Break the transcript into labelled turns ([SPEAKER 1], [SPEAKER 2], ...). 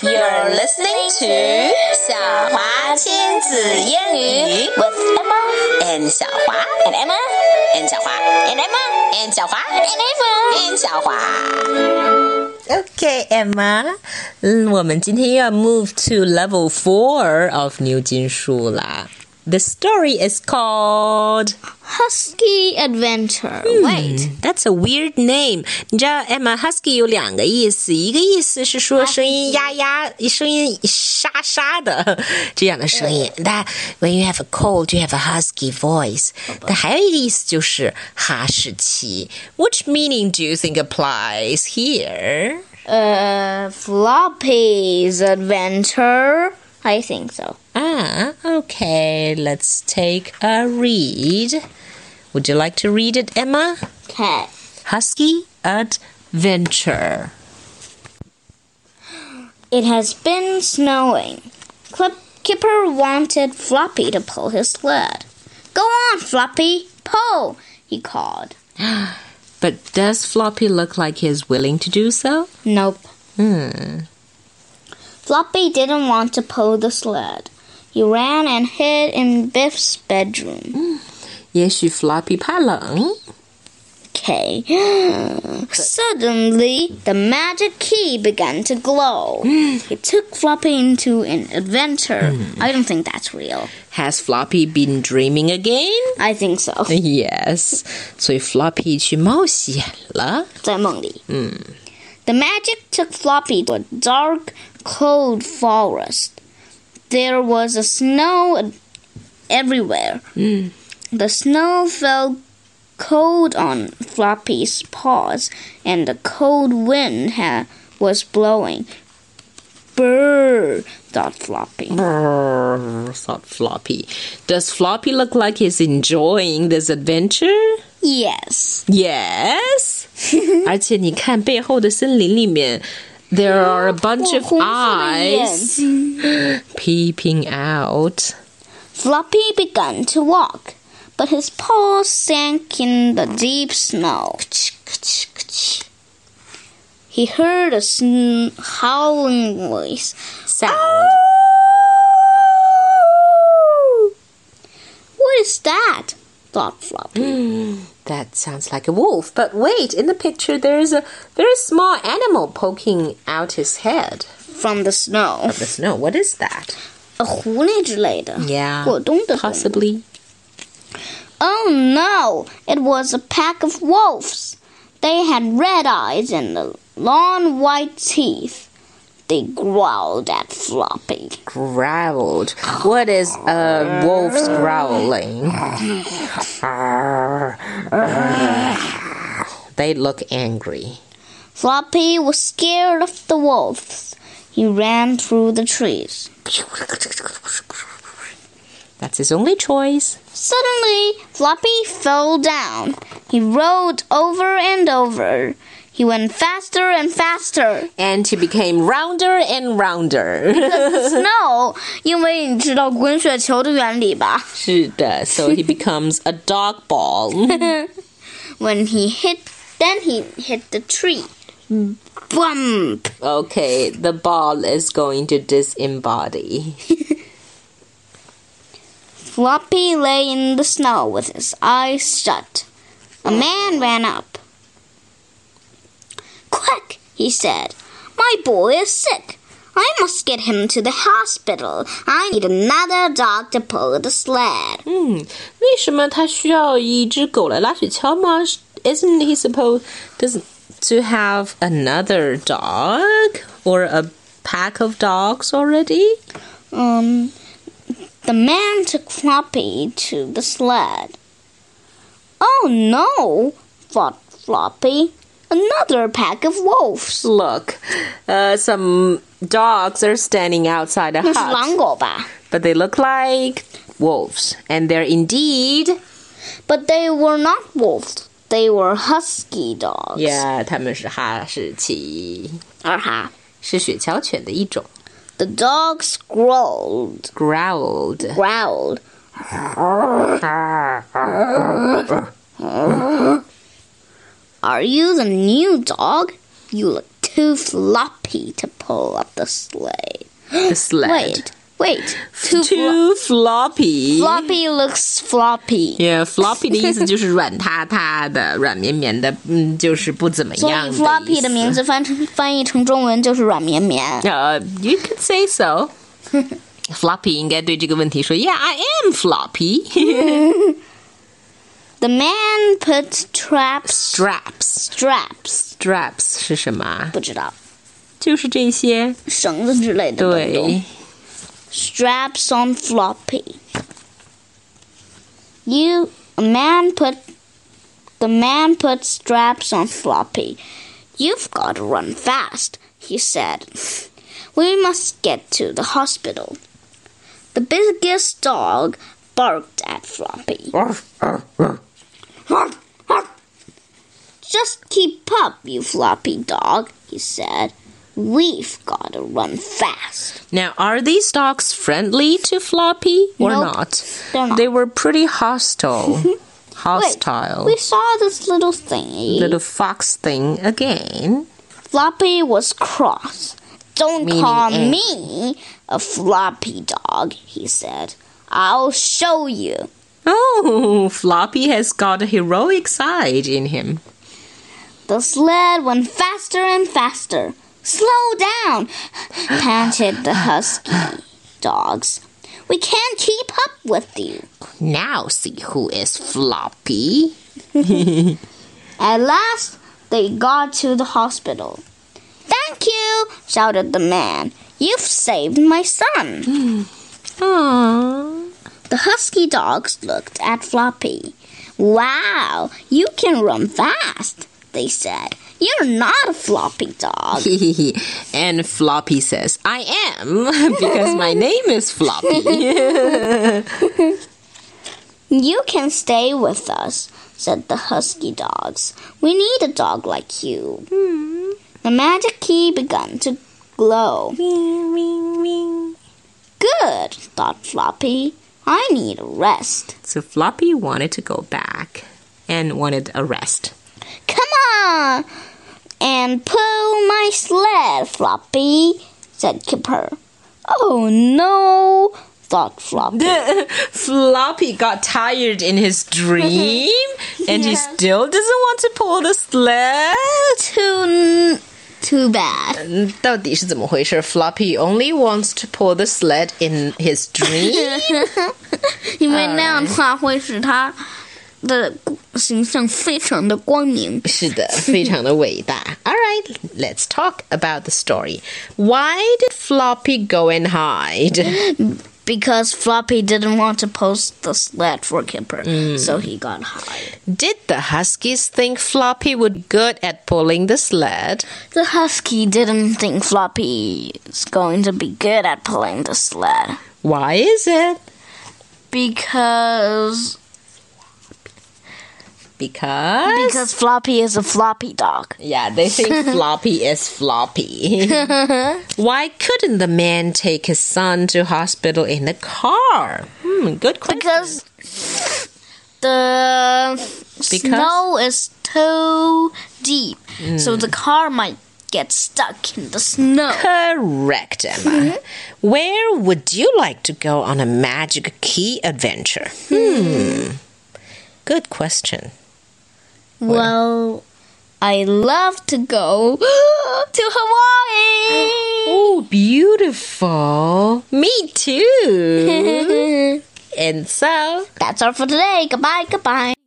[SPEAKER 1] You're listening to 小华亲子英语 with Emma and 小华 and Emma and 小华 and Emma and 小华 and Emma and 小华。
[SPEAKER 2] Okay, Emma. 嗯我们今天要 move to level four of 牛津树啦。The story is called.
[SPEAKER 3] Husky Adventure.
[SPEAKER 2] Hmm.
[SPEAKER 3] Wait.
[SPEAKER 2] That's a weird name. 你知道 Emma Husky 有两个意思，一个意思是说声音呀呀，声音沙沙的 这样的声音。那 When you have a cold, you have a husky voice. 但还有一个意思就是哈士奇。Which meaning do you think applies here?
[SPEAKER 3] Uh, Floppy's Adventure. I think so.
[SPEAKER 2] Ah, okay. Let's take a read. Would you like to read it, Emma?
[SPEAKER 3] Okay.
[SPEAKER 2] Husky Adventure.
[SPEAKER 3] It has been snowing. Clip Kipper wanted Floppy to pull his sled. Go on, Floppy, pull, he called.
[SPEAKER 2] But does Floppy look like he's willing to do so? Hmm.
[SPEAKER 3] Nope. Floppy didn't want to pull the sled. He ran and hid in Biff's bedroom.
[SPEAKER 2] 也许 Floppy eh? 怕冷。
[SPEAKER 3] Okay. Suddenly, the magic key began to glow. it took Floppy into an adventure. I don't think that's real.
[SPEAKER 2] Has Floppy been dreaming again?
[SPEAKER 3] I think so.
[SPEAKER 2] Yes. 所以 Floppy 去冒险了。
[SPEAKER 3] 在梦里。The magic took Floppy to a dark, cold forest. There was a snow everywhere. The snow fell cold on Floppy's paws, and the cold wind ha- was blowing. Brrr, thought Floppy.
[SPEAKER 2] Brrr, thought Floppy. Does Floppy look like he's enjoying this adventure?
[SPEAKER 3] Yes.
[SPEAKER 2] Yes，而 且你看背后的森林里面，there are a bunch of
[SPEAKER 3] 我红色的眼睛。
[SPEAKER 2] eyes peeping out。
[SPEAKER 3] Floppy began to walk, but his paws sank in the deep snow. He heard a sn- howling voice.
[SPEAKER 2] Sound.
[SPEAKER 3] What is that? thought Floppy.
[SPEAKER 2] That sounds like a wolf. But wait, in the picture there is a very small animal poking out his head.
[SPEAKER 3] From the snow.
[SPEAKER 2] The snow. What is that?
[SPEAKER 3] 狐狸之类的。
[SPEAKER 2] Yeah.
[SPEAKER 3] 果冻的狐狸。
[SPEAKER 2] Possibly.
[SPEAKER 3] Oh no! It was a pack of wolves. They had red eyes and long white teeth. They growled at Floppy.
[SPEAKER 2] growled. What is a wolf's growling? they look angry.
[SPEAKER 3] Floppy was scared of the wolves. He ran through the trees.
[SPEAKER 2] That's his only choice.
[SPEAKER 3] Suddenly, Floppy fell down. He rolled over and over. He went faster and faster.
[SPEAKER 2] And he became rounder and rounder.
[SPEAKER 3] Snow, 因为你知道滚雪球的原理吧？
[SPEAKER 2] 是的, so he becomes a dog ball.
[SPEAKER 3] When he hit, then he hit the tree. Bump!
[SPEAKER 2] Okay, the ball is going to disembody.
[SPEAKER 3] Floppy lay in the snow with his eyes shut. A man ran up. Quick, he said. My boy is sick. I must get him to the hospital. I need another dog to pull the sled.
[SPEAKER 2] Hmm, 为什么他需要一只狗来拉雪橇吗？Isn't he supposed doesn't to have another dog or a pack of dogs already?
[SPEAKER 3] Um, the man took Floppy to the sled. Oh no, thought Floppy. Another pack of wolves.
[SPEAKER 2] Look, uh, some dogs are standing outside a hut,
[SPEAKER 3] 那是狼狗吧？
[SPEAKER 2] but they look like wolves, and they're indeed
[SPEAKER 3] But they were not wolves. They were husky dogs.
[SPEAKER 2] yeah，他们是哈士奇，是雪橇犬的一种。
[SPEAKER 3] Uh-huh. The dogs growled,
[SPEAKER 2] Growled.
[SPEAKER 3] growled. Are you the new dog? You look too floppy to pull up the sleigh.
[SPEAKER 2] The sled.
[SPEAKER 3] Wait, wait. Too, flo-
[SPEAKER 2] Too floppy.
[SPEAKER 3] floppy looks floppy.
[SPEAKER 2] Yeah, floppy 的意思就是软塌塌的、软绵绵的，嗯，就是不怎么
[SPEAKER 3] 所以
[SPEAKER 2] 样的意思。
[SPEAKER 3] floppy 的名字翻成翻译成中文就是软绵绵。
[SPEAKER 2] 呃、y o u could say so. floppy 应该对这个问题说，Yeah, I am floppy.
[SPEAKER 3] The man put traps
[SPEAKER 2] straps,
[SPEAKER 3] straps
[SPEAKER 2] straps 是什么啊？
[SPEAKER 3] 不知道
[SPEAKER 2] 就是这些。
[SPEAKER 3] 绳子之类的东
[SPEAKER 2] 对
[SPEAKER 3] 东。Straps on floppy. You a man put the man put straps on floppy. You've got to run fast, he said. We must get to the hospital. The biggest dog barked at Floppy. Just keep up, you floppy dog, he said. We've got to run fast.
[SPEAKER 2] Now, are these dogs friendly to Floppy or
[SPEAKER 3] Nope,
[SPEAKER 2] not?
[SPEAKER 3] they're not.
[SPEAKER 2] They were pretty hostile. hostile.
[SPEAKER 3] We saw this little thingy.
[SPEAKER 2] Little fox thing again.
[SPEAKER 3] Floppy was cross. Don't
[SPEAKER 2] Meaning
[SPEAKER 3] call
[SPEAKER 2] egg.
[SPEAKER 3] me a floppy dog, he said. I'll show you.
[SPEAKER 2] Oh, Floppy has got a heroic side in him.
[SPEAKER 3] The sled went faster and faster. Slow down, panted the husky dogs. We can't keep up with you.
[SPEAKER 2] Now see who is Floppy.
[SPEAKER 3] At last, they got to the hospital. Thank you, shouted the man. You've saved my son.
[SPEAKER 2] Aww.
[SPEAKER 3] The husky dogs looked at Floppy. Wow, you can run fast, they said. You're not a floppy dog.
[SPEAKER 2] and Floppy says, I am, because my name is Floppy.
[SPEAKER 3] You can stay with us, said the husky dogs. We need a dog like you. The magic key began to glow.
[SPEAKER 2] Ring, ring, ring.
[SPEAKER 3] Good, thought Floppy. I need a rest.
[SPEAKER 2] So Floppy wanted to go back and wanted a rest.
[SPEAKER 3] Come on and pull my sled, Floppy, said Kipper. Oh no, thought Floppy.
[SPEAKER 2] Floppy got tired in his dream and he
[SPEAKER 3] Yes.
[SPEAKER 2] still doesn't want to pull the sled.
[SPEAKER 3] too, too bad.
[SPEAKER 2] 嗯到底是怎么回事？Floppy only wants to pull the sled in his dream.
[SPEAKER 3] 因为那样的话，会使他的形象非常的光明。
[SPEAKER 2] 是的，非常的伟大。All right, let's talk about the story. Why did Floppy go and hide?
[SPEAKER 3] Because Floppy didn't want to post the sled for Kipper, so he got high.
[SPEAKER 2] Did the Huskies think Floppy would be good at pulling the sled?
[SPEAKER 3] The husky didn't think Floppy is going to be good at pulling the sled.
[SPEAKER 2] Why is it?
[SPEAKER 3] Because
[SPEAKER 2] Because
[SPEAKER 3] because Floppy is a floppy dog.
[SPEAKER 2] yeah, they think Floppy is Floppy. Why couldn't the man take his son to hospital in the car? Hmm, good question.
[SPEAKER 3] Because the snow is too deep, so the car might get stuck in the snow.
[SPEAKER 2] Correct, Emma. Where would you like to go on a magic key adventure? Hmm. Good question.
[SPEAKER 3] Well, I love to go to Hawaii.
[SPEAKER 2] Oh, beautiful. Me too. and so.
[SPEAKER 3] That's all for today. Goodbye. Goodbye.